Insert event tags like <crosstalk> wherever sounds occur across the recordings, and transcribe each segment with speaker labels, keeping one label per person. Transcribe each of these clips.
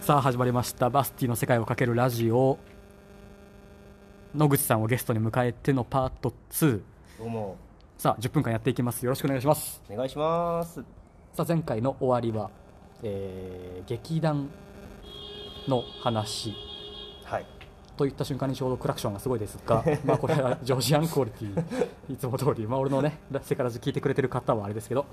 Speaker 1: さあ始まりましたバスティの世界をかけるラジオ野口さんをゲストに迎えてのパート2
Speaker 2: どうも
Speaker 1: さあ10分間やっていきますよろしくお願いします
Speaker 2: お願いします
Speaker 1: さあ前回の終わりは、えー劇団の話
Speaker 2: はい
Speaker 1: といった瞬間にちょうどクラクションがすごいです
Speaker 2: <laughs>
Speaker 1: がまあこれはジョージアンクオリティいつも通りまあ俺のねセカラジ聞いてくれてる方はあれですけど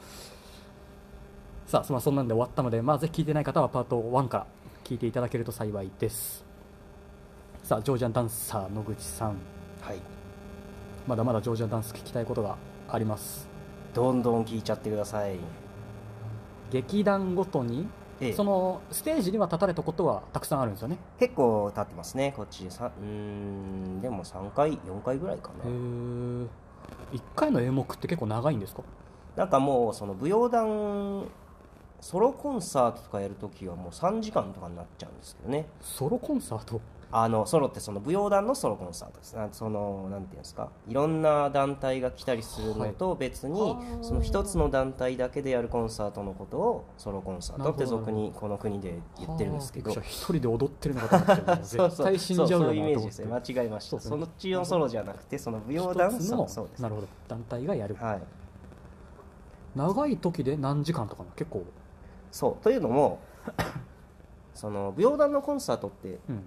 Speaker 1: さあまあそんなんで終わったのでまあぜひ聞いてない方はパート1から聞いていただけると幸いですさあジョージアンダンサー野口さん
Speaker 2: はい
Speaker 1: まだまだジョージアンダンス聞きたいことがあります
Speaker 2: どんどん聞いちゃってください
Speaker 1: 劇団ごとに
Speaker 2: ええ
Speaker 1: そのステージには立たれたことはたくさんあるんですよね
Speaker 2: 結構経ってますねこっちさうーんでも3回4回ぐらいかな
Speaker 1: 1回の演目って結構長いんですか
Speaker 2: なんかもうその舞踊団ソロコンサートとかやるときはもう3時間とかになっちゃうんですけどね
Speaker 1: ソロコンサート
Speaker 2: あのソロってその舞踊団のソロコンサートですなそのなんていうんですかいろんな団体が来たりするのと別に、
Speaker 1: はい
Speaker 2: その一つの団体だけでやるコンサートのことをソロコンサートって
Speaker 1: なるほど
Speaker 2: 俗にこの国で言ってるんですけど
Speaker 1: はあびっくりした一人で踊ってるのかと思ってもう
Speaker 2: <laughs> そう
Speaker 1: 絶
Speaker 2: そう
Speaker 1: 対死んじゃう
Speaker 2: そうそう
Speaker 1: よ
Speaker 2: いうイ
Speaker 1: な
Speaker 2: メ
Speaker 1: と
Speaker 2: ージ
Speaker 1: 思っ
Speaker 2: です
Speaker 1: て
Speaker 2: ね間違いまし
Speaker 1: そう
Speaker 2: た
Speaker 1: です
Speaker 2: そ
Speaker 1: ね
Speaker 2: の地音ソロじゃなくてその舞
Speaker 1: 一
Speaker 2: 踊団
Speaker 1: つの
Speaker 2: そうです
Speaker 1: なるほど団体がやる、
Speaker 2: はい
Speaker 1: 長い時で何時間とかな結構、
Speaker 2: そうという
Speaker 1: <laughs>
Speaker 2: のもその舞踊団のコンサートって
Speaker 1: うん、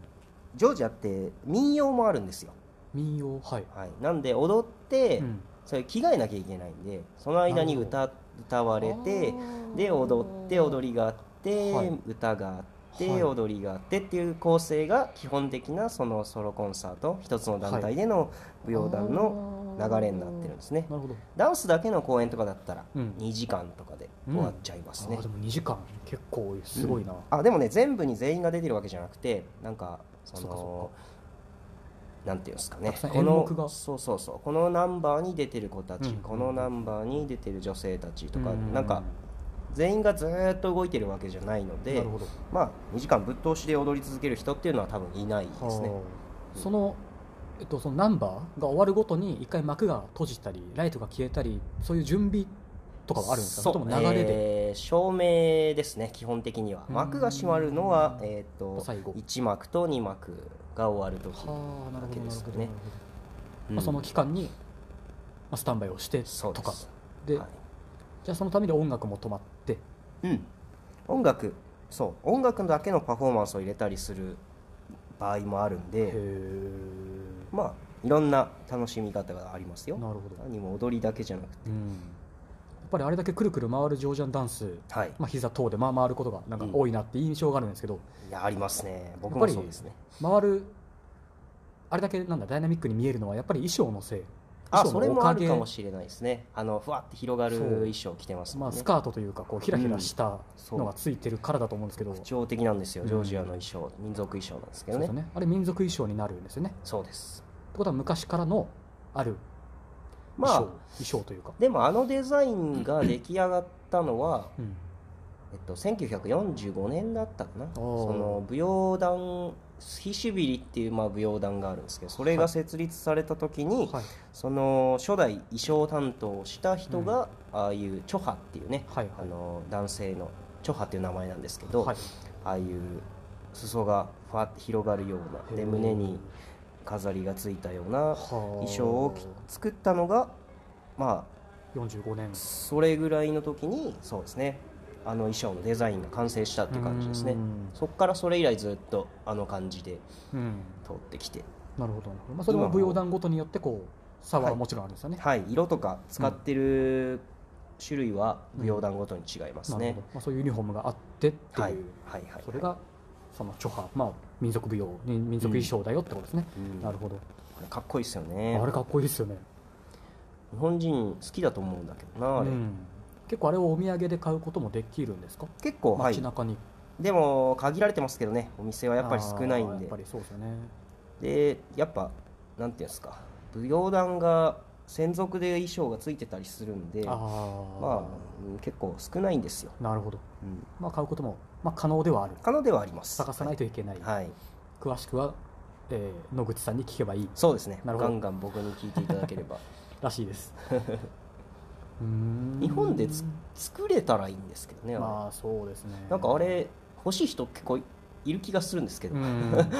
Speaker 2: ジョージアって民謡もあるんですよ、
Speaker 1: 民謡はい、
Speaker 2: はい、なんで踊って、
Speaker 1: うん
Speaker 2: それ着替えなきゃいけないんでその間に
Speaker 1: な
Speaker 2: 歌歌われて
Speaker 1: あー
Speaker 2: で踊って踊りがあって、
Speaker 1: はい
Speaker 2: 歌があって、
Speaker 1: はい
Speaker 2: 踊りがあってっていう構成が基本的なそのソロコンサート一つの団体での舞踊団の流れになってるんですね、
Speaker 1: なるほど、
Speaker 2: ダンスだけの公演とかだったら
Speaker 1: うん
Speaker 2: 2時間とかで終わっちゃいますね、
Speaker 1: あーでも2時間結構すごいな、
Speaker 2: あでもね全部に全員が出てるわけじゃなくてなんかそ
Speaker 1: そっかそ
Speaker 2: のなんていうんですかね
Speaker 1: たくさん
Speaker 2: こ
Speaker 1: 演目が
Speaker 2: のそうそうそうこのナンバーに出てる子たち、
Speaker 1: うん
Speaker 2: このナンバーに出てる女性たちとか、
Speaker 1: う
Speaker 2: なんか全員がずーっと動いてるわけじゃないの
Speaker 1: な
Speaker 2: で
Speaker 1: るほど
Speaker 2: まあ2時間ぶっ通しで踊り続ける人っていうのは多分いないですね
Speaker 1: はあそのえっと、そのナンバーが終わるごとに一回幕が閉じたりライトが消えたりそういう準備とかはあるんですか
Speaker 2: そ
Speaker 1: そうれとも流れで、
Speaker 2: えー照明ですね基本的には
Speaker 1: うん
Speaker 2: 幕が閉まるのは、えー、と
Speaker 1: 最後
Speaker 2: 1幕と2幕が終わるとき、
Speaker 1: はあなるほど
Speaker 2: だけ
Speaker 1: な
Speaker 2: で
Speaker 1: る
Speaker 2: す
Speaker 1: ほ
Speaker 2: か
Speaker 1: ど、
Speaker 2: ね
Speaker 1: なるほど
Speaker 2: うん
Speaker 1: まあ、その期間に、まあ、スタンバイをして
Speaker 2: そう
Speaker 1: と
Speaker 2: で
Speaker 1: か
Speaker 2: す
Speaker 1: で、
Speaker 2: はい
Speaker 1: じゃあそのために音楽も止まって
Speaker 2: うん、音楽そう音楽だけのパフォーマンスを入れたりする場合もあるん
Speaker 1: へ
Speaker 2: で
Speaker 1: え
Speaker 2: まあいろんな楽しみ方がありますよ
Speaker 1: なるほど、
Speaker 2: 何も踊りだけじゃなく
Speaker 1: う
Speaker 2: て
Speaker 1: ん、やっぱりあれだけくるくる回るジョージアンダンス、
Speaker 2: はい
Speaker 1: まあ膝等でまあ回ることがなんか多いなって印象があるんですけど、
Speaker 2: いやありますね
Speaker 1: やっ
Speaker 2: 僕
Speaker 1: ぱ
Speaker 2: も
Speaker 1: り
Speaker 2: そうですね
Speaker 1: 回るあれだけなんだダイナミックに見えるのはやっぱり衣装のせい
Speaker 2: あ
Speaker 1: 衣
Speaker 2: そ
Speaker 1: 装
Speaker 2: れ
Speaker 1: のお
Speaker 2: も
Speaker 1: か
Speaker 2: ある
Speaker 1: げ
Speaker 2: かもしれないですねあのふわって広がる
Speaker 1: そう
Speaker 2: 衣装着てます
Speaker 1: ま
Speaker 2: も
Speaker 1: あ、
Speaker 2: んね
Speaker 1: スカートというかこうひらひらした
Speaker 2: そう
Speaker 1: のがついてるからだと思うんですけど、
Speaker 2: 特徴的なんですよジョージアの
Speaker 1: うん
Speaker 2: 衣装、民族衣装なんですけ
Speaker 1: そ
Speaker 2: ど
Speaker 1: うで
Speaker 2: ね
Speaker 1: すねあれ民族衣装になるんですよね
Speaker 2: そうです
Speaker 1: ってことは昔からのある
Speaker 2: ま
Speaker 1: 衣装,、
Speaker 2: あ
Speaker 1: 衣装というか、
Speaker 2: でもあのデザインが出来上がったのは
Speaker 1: うん
Speaker 2: えっと、1945年だったかなそ
Speaker 1: おー
Speaker 2: の舞踊団ヒシュビリっていうまあ舞踊団があるんですけどそれが設立された時に、
Speaker 1: はい
Speaker 2: その初代衣装担当をした人が、ああいうチョハっていうね、
Speaker 1: はいは
Speaker 2: あ
Speaker 1: い
Speaker 2: の男性のチョハっていう名前なんですけど、
Speaker 1: はい
Speaker 2: ああいう裾がふわって広がるような
Speaker 1: へ
Speaker 2: で
Speaker 1: ー
Speaker 2: 胸に飾りがついたような
Speaker 1: 衣
Speaker 2: 衣装をき作ったのがまあ
Speaker 1: 45年
Speaker 2: それぐらいの時にそうですねあの衣装のデザインが完成したっていう感じですね
Speaker 1: うん
Speaker 2: そこからそれ以来ずっとあの感じで
Speaker 1: うん
Speaker 2: 通ってきて
Speaker 1: なるほどなるほど、まあ、それも舞踊団ごとによってこう差はもちろんあるんですよね、
Speaker 2: はい色とか使ってる種類は舞踊団ごとに違います
Speaker 1: なる
Speaker 2: ね
Speaker 1: ほど、まあ、そういうユニフォームがあってっていう、
Speaker 2: はいはいはい
Speaker 1: それがそのチョハ、まあ、民族舞踊に民族衣装だよってことですね、
Speaker 2: うん
Speaker 1: なるほど、
Speaker 2: これかっこいいですよね
Speaker 1: あれかっこいいですよね、
Speaker 2: 日本人好きだと思うんだけどなあれ
Speaker 1: うん結構あれをお土産で買うこともできるんですか
Speaker 2: 結構はい
Speaker 1: 街中に、
Speaker 2: でも限られてますけどねお店はやっぱり少ない
Speaker 1: あ
Speaker 2: ん
Speaker 1: ーや
Speaker 2: で
Speaker 1: っぱりそうですよね
Speaker 2: でやっぱなんていうんですか舞踊団が専属で衣装がついてたりするんで
Speaker 1: ああ、
Speaker 2: まあうん結構少ないんですよ、
Speaker 1: なるほど、まあ、買うことも、まあ、可能ではある
Speaker 2: 可能ではあります
Speaker 1: 探さないといけない、
Speaker 2: はい、はい
Speaker 1: 詳しくは、えー野口さんに聞けばいい
Speaker 2: そうですね
Speaker 1: な
Speaker 2: ガ
Speaker 1: るほど
Speaker 2: ンガン僕に聞いていただ
Speaker 1: <laughs>
Speaker 2: ければ
Speaker 1: らしいです
Speaker 2: <laughs>
Speaker 1: うーん
Speaker 2: 日本でつ作れたらいいんですけどね、あれ
Speaker 1: まあそうですね
Speaker 2: なんかあれ欲しい人結構いる気がするんですけど、
Speaker 1: うん
Speaker 2: <laughs>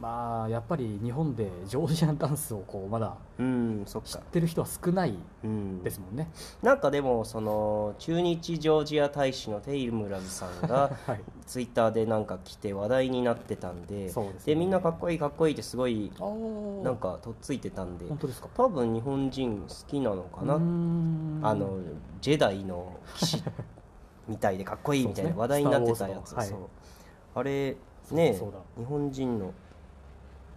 Speaker 1: まあやっぱり日本でジョージアンダンスをこうまだ
Speaker 2: うん、そっ
Speaker 1: 知っ
Speaker 2: か、
Speaker 1: てる人は少ない
Speaker 2: うん、
Speaker 1: ですもんね。
Speaker 2: なんかでもその駐日ジョージア大使のテイルムラズさん
Speaker 1: <laughs>
Speaker 2: が
Speaker 1: はい、
Speaker 2: ツイッターでなんか来て話題になってたんで
Speaker 1: そうですね
Speaker 2: でみんなかっこいいかっこいいってすごい
Speaker 1: あー
Speaker 2: なんかとっついてたんで
Speaker 1: 本当ですか
Speaker 2: 多分日本人好きなのかな
Speaker 1: うーん
Speaker 2: あのジェダイの騎士みたいでかっこいいみたいな話題になってたやつ
Speaker 1: そうです
Speaker 2: そ
Speaker 1: ね
Speaker 2: うあれ
Speaker 1: そうだ
Speaker 2: ね
Speaker 1: そうだ
Speaker 2: 日本人の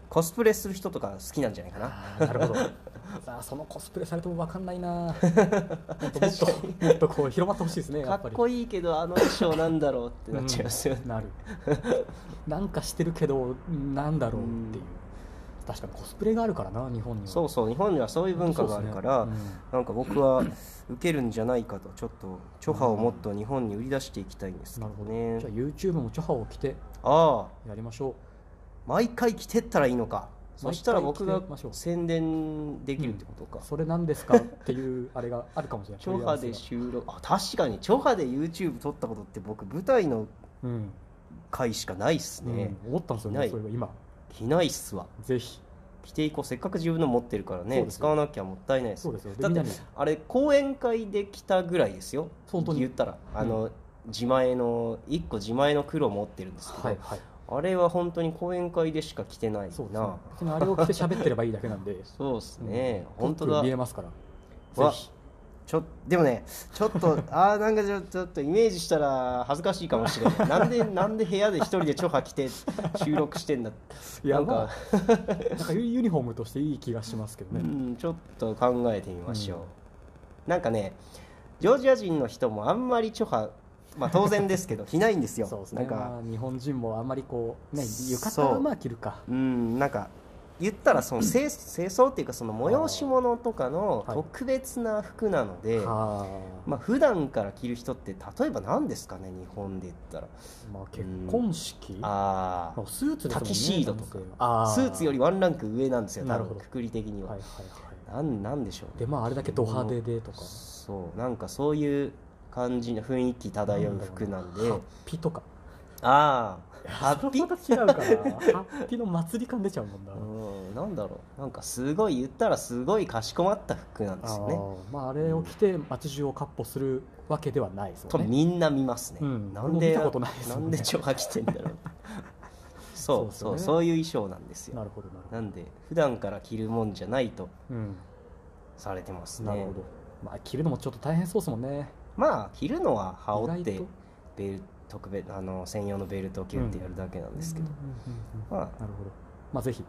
Speaker 2: コスプレする人とか好きなんじゃないかな
Speaker 1: あーなるほど <laughs> さあそのコスプレされても分かんない
Speaker 2: <laughs>
Speaker 1: なもっともっともっとこう広まってほしいですね
Speaker 2: か
Speaker 1: やっぱ
Speaker 2: っ
Speaker 1: り
Speaker 2: こいいけどあの衣装なんだろうってなっちゃいますよね
Speaker 1: うん
Speaker 2: <laughs>
Speaker 1: なるなんかしてるけどなんだろうっていう
Speaker 2: うん
Speaker 1: 確かにコスプレがあるからな日本には
Speaker 2: そうそう日本にはそういう文化があるか
Speaker 1: そ
Speaker 2: ら、
Speaker 1: うですね
Speaker 2: なんか僕は受けるんじゃないかとちょっとチョハをもっと日本に売り出していきたいんです
Speaker 1: うん
Speaker 2: け
Speaker 1: な
Speaker 2: ど
Speaker 1: るほど、
Speaker 2: ね
Speaker 1: じゃあ YouTube もチョハを着て
Speaker 2: ああ
Speaker 1: やりましょ
Speaker 2: 毎回着てったらいいのかそしたら僕が
Speaker 1: 毎回着てましょう
Speaker 2: 宣伝できるってこと
Speaker 1: う
Speaker 2: か、
Speaker 1: それなんですかっていうあれがあるかもしれない
Speaker 2: <laughs> チョハで収録あ確かにチョハで YouTube 撮ったことって僕舞台の
Speaker 1: うん、
Speaker 2: 回しかないっす
Speaker 1: う
Speaker 2: ね
Speaker 1: ん、思ったんですよ
Speaker 2: な
Speaker 1: ね
Speaker 2: い
Speaker 1: それは今
Speaker 2: 着ないっすわ
Speaker 1: ぜひ
Speaker 2: 着ていこうせっかく自分の持ってるから
Speaker 1: そ
Speaker 2: ね
Speaker 1: うですよ
Speaker 2: 使わなきゃもったいないです
Speaker 1: そうですよで
Speaker 2: だっ
Speaker 1: みん
Speaker 2: て
Speaker 1: なに
Speaker 2: あれ講演会で来たぐらいですよ
Speaker 1: 本当に
Speaker 2: 言ったらあの、自前の1個自前の黒持ってるんですけど、
Speaker 1: はいはい
Speaker 2: あれは本当に講演会でしか着てないな
Speaker 1: そうですね別にあれを着て喋ってればいいだけなんで
Speaker 2: そうですね、
Speaker 1: うん
Speaker 2: 本当だ
Speaker 1: トップ見えますから
Speaker 2: わ
Speaker 1: ぜひ
Speaker 2: ちょでもねちょっとああなんかちょちょっとイメージしたら恥ずかしいかもしれないなんでなんで部屋で一人でチョハ着て収録してんだ
Speaker 1: いや
Speaker 2: なんか、
Speaker 1: なんかユユニフォームとしていい気がしますけど
Speaker 2: う
Speaker 1: ね、
Speaker 2: ん、ちょっと考えてみましょう、なんかねジョージア人の人もあんまりチョハまあ当然で
Speaker 1: <laughs>
Speaker 2: すけど着ないんですよ
Speaker 1: そうです
Speaker 2: な
Speaker 1: ね
Speaker 2: んか、
Speaker 1: まあ、日本人もあんまりこうね浴
Speaker 2: そう
Speaker 1: 衣はまあ着るか
Speaker 2: うんなんか言ったらその清清掃っていうかその催し物とかの
Speaker 1: はい
Speaker 2: 特別な服なので、
Speaker 1: はあ、
Speaker 2: まあ普段から着る人って例えば何ですかね日本で言ったら
Speaker 1: まあ、結婚式あ
Speaker 2: ああ
Speaker 1: スーツですもんね
Speaker 2: タキシードと
Speaker 1: 男性
Speaker 2: か
Speaker 1: はあ
Speaker 2: スーツより
Speaker 1: は
Speaker 2: ワンランク上なんですよ
Speaker 1: な
Speaker 2: 多
Speaker 1: るほ
Speaker 2: 分
Speaker 1: ど
Speaker 2: くくり的に
Speaker 1: い
Speaker 2: は、
Speaker 1: はいは
Speaker 2: なんなんでしょう
Speaker 1: い
Speaker 2: ね
Speaker 1: でまああれだけド派手でとか
Speaker 2: そうなんかそういう感じの雰囲気漂う服なんで
Speaker 1: ハッピとか
Speaker 2: ああハッピ
Speaker 1: それまた違うからハッピの祭り感出ちゃうもんな、
Speaker 2: うんなんだろうなんかすごい言ったらすごいかしこまった服なんですよね
Speaker 1: あーまああれを着て街中をかっ歩するわけではないです
Speaker 2: と
Speaker 1: もんね
Speaker 2: みんな見ますね、
Speaker 1: うん
Speaker 2: な
Speaker 1: 僕も
Speaker 2: んで
Speaker 1: 見たことないです
Speaker 2: な
Speaker 1: もんね
Speaker 2: んでチョハ着てんだ
Speaker 1: <laughs>
Speaker 2: ろうそ
Speaker 1: そ
Speaker 2: うそうう
Speaker 1: ですよね
Speaker 2: そういう衣装なんですよ
Speaker 1: なるほどなるほ
Speaker 2: なんで普段から着るもんじゃないと
Speaker 1: ど、うん、
Speaker 2: されてます
Speaker 1: なる
Speaker 2: ね
Speaker 1: ほど、まあ着るのもちょっと大変そうですもんね
Speaker 2: まあ着るのは羽織っ
Speaker 1: 意
Speaker 2: て
Speaker 1: 外と
Speaker 2: ベル特別あの専用のベルトをキュッてやるだけなんですけど、
Speaker 1: うんうんうんうん
Speaker 2: まあ
Speaker 1: なるほど。まあ、ぜひ、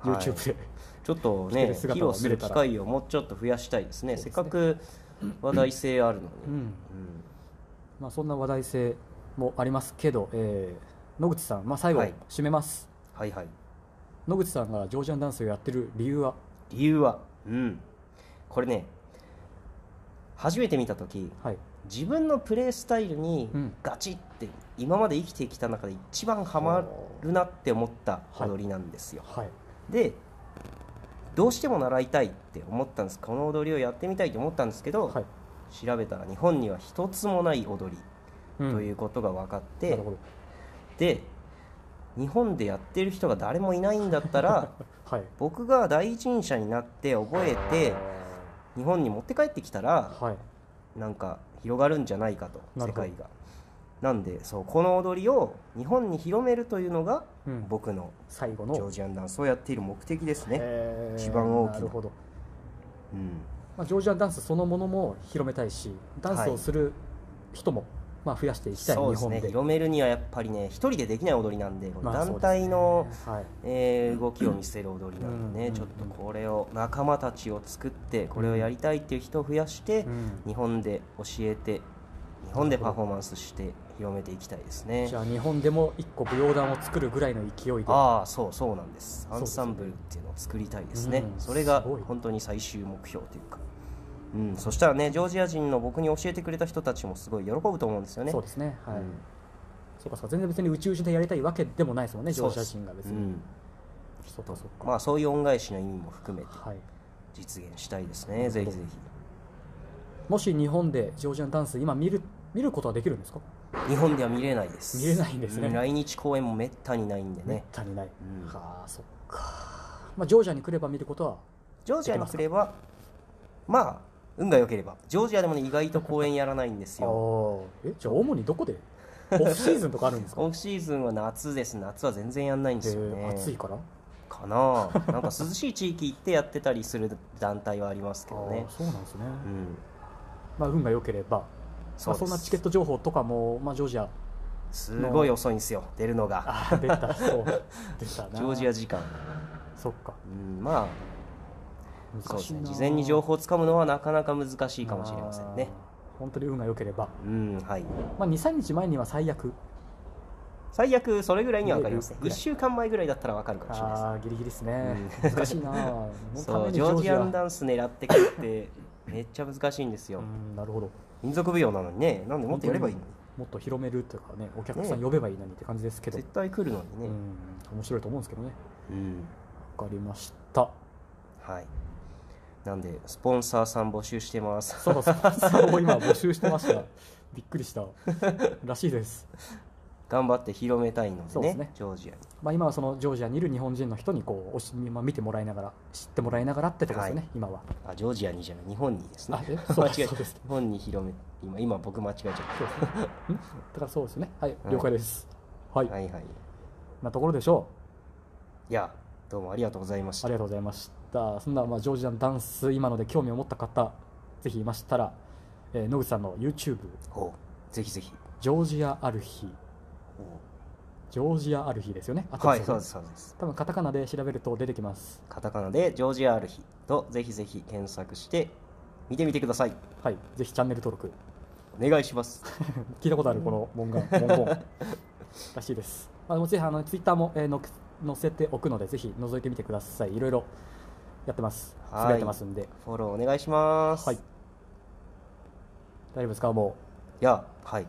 Speaker 2: はい
Speaker 1: YouTube で、
Speaker 2: ちょっと
Speaker 1: 着て
Speaker 2: ね
Speaker 1: る
Speaker 2: 披
Speaker 1: 姿を
Speaker 2: 露
Speaker 1: 見
Speaker 2: す
Speaker 1: れ
Speaker 2: る
Speaker 1: た
Speaker 2: 機
Speaker 1: ら
Speaker 2: 会をもうちょっと増やしたいですね
Speaker 1: そうですね
Speaker 2: せっかく話題性あるのに、
Speaker 1: うん
Speaker 2: うん
Speaker 1: まあ、そんな話題性もありますけど、えー野口さん、まあ、最後
Speaker 2: はい、
Speaker 1: 締めます、
Speaker 2: はいはい
Speaker 1: 野口さんがジョージアンダンスをやってる理由は、
Speaker 2: 理由はうんこれね初めて見た時
Speaker 1: はい、
Speaker 2: 自分のプレースタイルに
Speaker 1: うん
Speaker 2: ガチって今まで生きてきた中で一番ハマるなって思った
Speaker 1: はい
Speaker 2: 踊りなんですよ、
Speaker 1: はい、
Speaker 2: でどうしても習いたいって思ったんですこの踊りをやってみたいと思ったんですけど、
Speaker 1: はい、
Speaker 2: 調べたら日本には一つもない踊り
Speaker 1: うん
Speaker 2: ということが分かって、
Speaker 1: なるほど、
Speaker 2: で日本でやってる人が誰もいないんだっ
Speaker 1: <laughs>
Speaker 2: たら
Speaker 1: はい、
Speaker 2: 僕が第一人者になって覚えて日本に持って帰ってきたら
Speaker 1: はい、
Speaker 2: なんか広がるんじゃないかと
Speaker 1: なるほ
Speaker 2: 世
Speaker 1: ど
Speaker 2: 界がなんでそうこの踊りを日本に広めるというのが
Speaker 1: うん
Speaker 2: 僕の
Speaker 1: 最後
Speaker 2: ジョ
Speaker 1: の
Speaker 2: ー、ジアンダンスをやっている目的ですね、
Speaker 1: えー
Speaker 2: 一番大きな
Speaker 1: なるほど、
Speaker 2: うん、
Speaker 1: まあ、ジョージアンダンスそのものも広めたいし、ダンスをする人も、まあ、増やしていきたい、
Speaker 2: そう
Speaker 1: 日
Speaker 2: です
Speaker 1: 本
Speaker 2: ね
Speaker 1: で。
Speaker 2: 広めるにはやっぱりね一人でできない踊りなんで
Speaker 1: まあ
Speaker 2: 団体の、、
Speaker 1: そうですねはい
Speaker 2: えー動きを見せる踊りなんでね、
Speaker 1: うん
Speaker 2: ちょっとこれを仲間たちを作ってこれをやりたいっていう人を増やして、
Speaker 1: うん
Speaker 2: 日本で教えて日本でパフォーマンスして広めていきたいですね
Speaker 1: じゃあ日本でも一個舞踊団を作るぐらいの勢いで
Speaker 2: ああそうそうなんです
Speaker 1: そ
Speaker 2: ア
Speaker 1: うで
Speaker 2: ン
Speaker 1: す
Speaker 2: サンブルっていうのを作りたいですね、
Speaker 1: うん
Speaker 2: それが
Speaker 1: すごい
Speaker 2: 本当に最終目標というかうん、そしたらねジョージア人の僕に教えてくれた人たちもすごい喜ぶと思うんですよね
Speaker 1: そうですね、はい
Speaker 2: うん
Speaker 1: そうかそうか全然別に宇宙人でやりたいわけでもないですもんね、ジ
Speaker 2: そ
Speaker 1: ョ
Speaker 2: う
Speaker 1: ー
Speaker 2: で
Speaker 1: ジア
Speaker 2: す
Speaker 1: 人が別
Speaker 2: う
Speaker 1: に。
Speaker 2: ん
Speaker 1: そうかそうか、
Speaker 2: まあそういう恩返しの意味も含めて
Speaker 1: はい、
Speaker 2: 実現したいですね、ぜひぜひ。
Speaker 1: もし日本でジョージアンダンス、今見る見ることはできるんですか
Speaker 2: 日本では見れないです
Speaker 1: 見れないんですね
Speaker 2: う来日公演もめったにないんでね
Speaker 1: 足りない、
Speaker 2: うん
Speaker 1: はあそっか、まあ、ジョージアに来れば見ることは
Speaker 2: ジョージアに来ればまあ運が良ければジョージアでもね意外と公演やらないんですよ
Speaker 1: ああえじゃあ主にどこ
Speaker 2: <laughs>
Speaker 1: でオフシーズンと <laughs> かあるんですか
Speaker 2: オフシーズンは夏です夏は全然やんないんですよ
Speaker 1: へえ
Speaker 2: ね
Speaker 1: 暑いから、
Speaker 2: かなあなんか涼しい地域行ってやってたりする団体はありますけどね
Speaker 1: ああそうなんですね、
Speaker 2: うん
Speaker 1: まあ、運が良ければそ,、まあ、
Speaker 2: そうです
Speaker 1: そんなチケット情報とかも、まあ、ジョージア
Speaker 2: すごい遅いんですよ出るのが
Speaker 1: あー出たそう出たな
Speaker 2: <laughs> ジョージア時間
Speaker 1: そっか
Speaker 2: うんまあ
Speaker 1: 難しい
Speaker 2: そうですね
Speaker 1: な
Speaker 2: 事前に情報をつかむのはなかなか難しいかもしれませんね
Speaker 1: あー本当に運が良ければ、
Speaker 2: うんはい
Speaker 1: まあ、23日前には最悪
Speaker 2: 最悪それぐらいには分かりますね
Speaker 1: ぐらいぐら
Speaker 2: 1
Speaker 1: い
Speaker 2: 週間前ぐらいだったら分かるかもしれないです
Speaker 1: あーギリギリですね、
Speaker 2: うん
Speaker 1: 難しいなそ
Speaker 2: <laughs> そうジョージアンダンス狙ってくってめっちゃ難しいんです
Speaker 1: う
Speaker 2: よ
Speaker 1: んなるほど
Speaker 2: 民族舞踊なのにねなんでもっとやればいいのに
Speaker 1: もっと広めるというかねお客さん呼べばいいのにって感じですけど、
Speaker 2: 絶対来るのに
Speaker 1: う
Speaker 2: ね
Speaker 1: ん面白いと思うんですけどね
Speaker 2: うん
Speaker 1: わかりました
Speaker 2: はいなんでスポンサーさん募集してます
Speaker 1: そうそうそう今募集してましたびっくりしたらしいです、
Speaker 2: 頑張って広めたいので
Speaker 1: そうです
Speaker 2: ね
Speaker 1: ね
Speaker 2: ジョージアに
Speaker 1: まあ、今はそのジョージアにいる日本人の人にこうおし、まあ、見てもらいながら知ってもらいながらってとこですよね、
Speaker 2: は
Speaker 1: 今は
Speaker 2: あジョージアにじゃない日本にですね
Speaker 1: あえそう
Speaker 2: 間違え
Speaker 1: そう
Speaker 2: た
Speaker 1: で
Speaker 2: 日
Speaker 1: す
Speaker 2: 本に広め今今僕間違えちゃっ
Speaker 1: そうですねんだからそうですねはい
Speaker 2: うん
Speaker 1: 了解ですはい、
Speaker 2: たはいはい
Speaker 1: なところでしょう
Speaker 2: いやどうもありがとうございまし
Speaker 1: あ
Speaker 2: た
Speaker 1: りがとうございました。そんな、まあ、ジョージアンダンス、今ので興味を持った方、ぜひいましたら、えー野口さんの YouTube、
Speaker 2: ほうぜひぜひ
Speaker 1: ジョージアある日、
Speaker 2: ほ
Speaker 1: ジョージアある日ですよね。合っ
Speaker 2: う
Speaker 1: てま
Speaker 2: は
Speaker 1: すよね
Speaker 2: いそうですそうです
Speaker 1: 多分カタカナで調べると出てきます。
Speaker 2: カタカナでジョージアある日とぜひぜひ検索して見てみてください
Speaker 1: はい、ぜひチャンネル登録。
Speaker 2: お願いします
Speaker 1: 聞いたことある、この文
Speaker 2: <laughs>
Speaker 1: 言、文言。らしいです。まあ、でもぜひあの、ツイッターも、えーの載せておくので、ぜひ覗いてみてください。いろいろやってます。
Speaker 2: はい
Speaker 1: つぶやいてますんで。
Speaker 2: フォローお願いします
Speaker 1: はい。大丈夫ですかも、
Speaker 2: いやはいう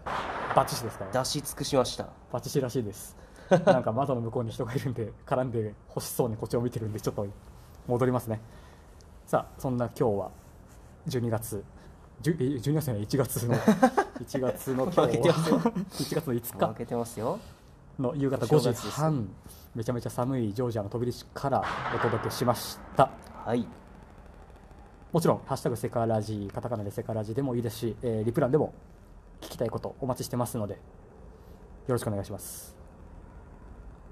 Speaker 1: バッチシですから。
Speaker 2: 出し尽くしました
Speaker 1: パチシらしいです
Speaker 2: <laughs>
Speaker 1: なんか窓の向こうに人がいるんで絡んで欲しそうにこっちを見てるんでちょっと戻りますねさあそんな今日は12月10え12月じゃない1月
Speaker 2: <laughs>
Speaker 1: の1月の今
Speaker 2: 負
Speaker 1: 日
Speaker 2: けて <laughs> ますよ
Speaker 1: は1月の5
Speaker 2: 負
Speaker 1: 日
Speaker 2: けてますよ
Speaker 1: の夕方
Speaker 2: お正
Speaker 1: 5
Speaker 2: 月
Speaker 1: 時
Speaker 2: です
Speaker 1: 半めちゃめちゃ寒いジョージアの飛び石からお届けしました
Speaker 2: はい
Speaker 1: もちろん「ハッシュタグセカラジ」カタカナでセカラジでもいいですし、えーリプランでも聞きたいことお待ちしてますのでよろしくお願いします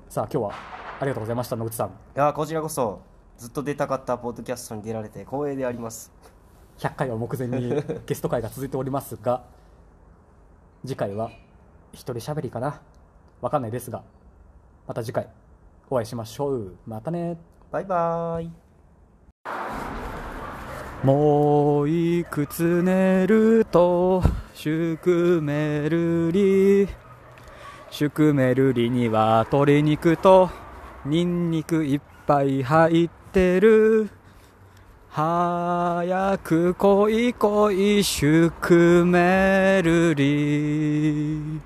Speaker 1: さあ今日はありがとうございました野口さん
Speaker 2: いやこちらこそずっと出たかったポッドキャストに出られて光栄であります
Speaker 1: 100回を目前にゲスト会が続いておりますが次回は一人喋りかなわかんないですがまた次回お会いしましょうまたね
Speaker 2: バイバーイ
Speaker 1: もういくつ寝ると宿めるり宿めるりには鶏肉とニンニクいっぱい入ってる早く来い来い宿めるり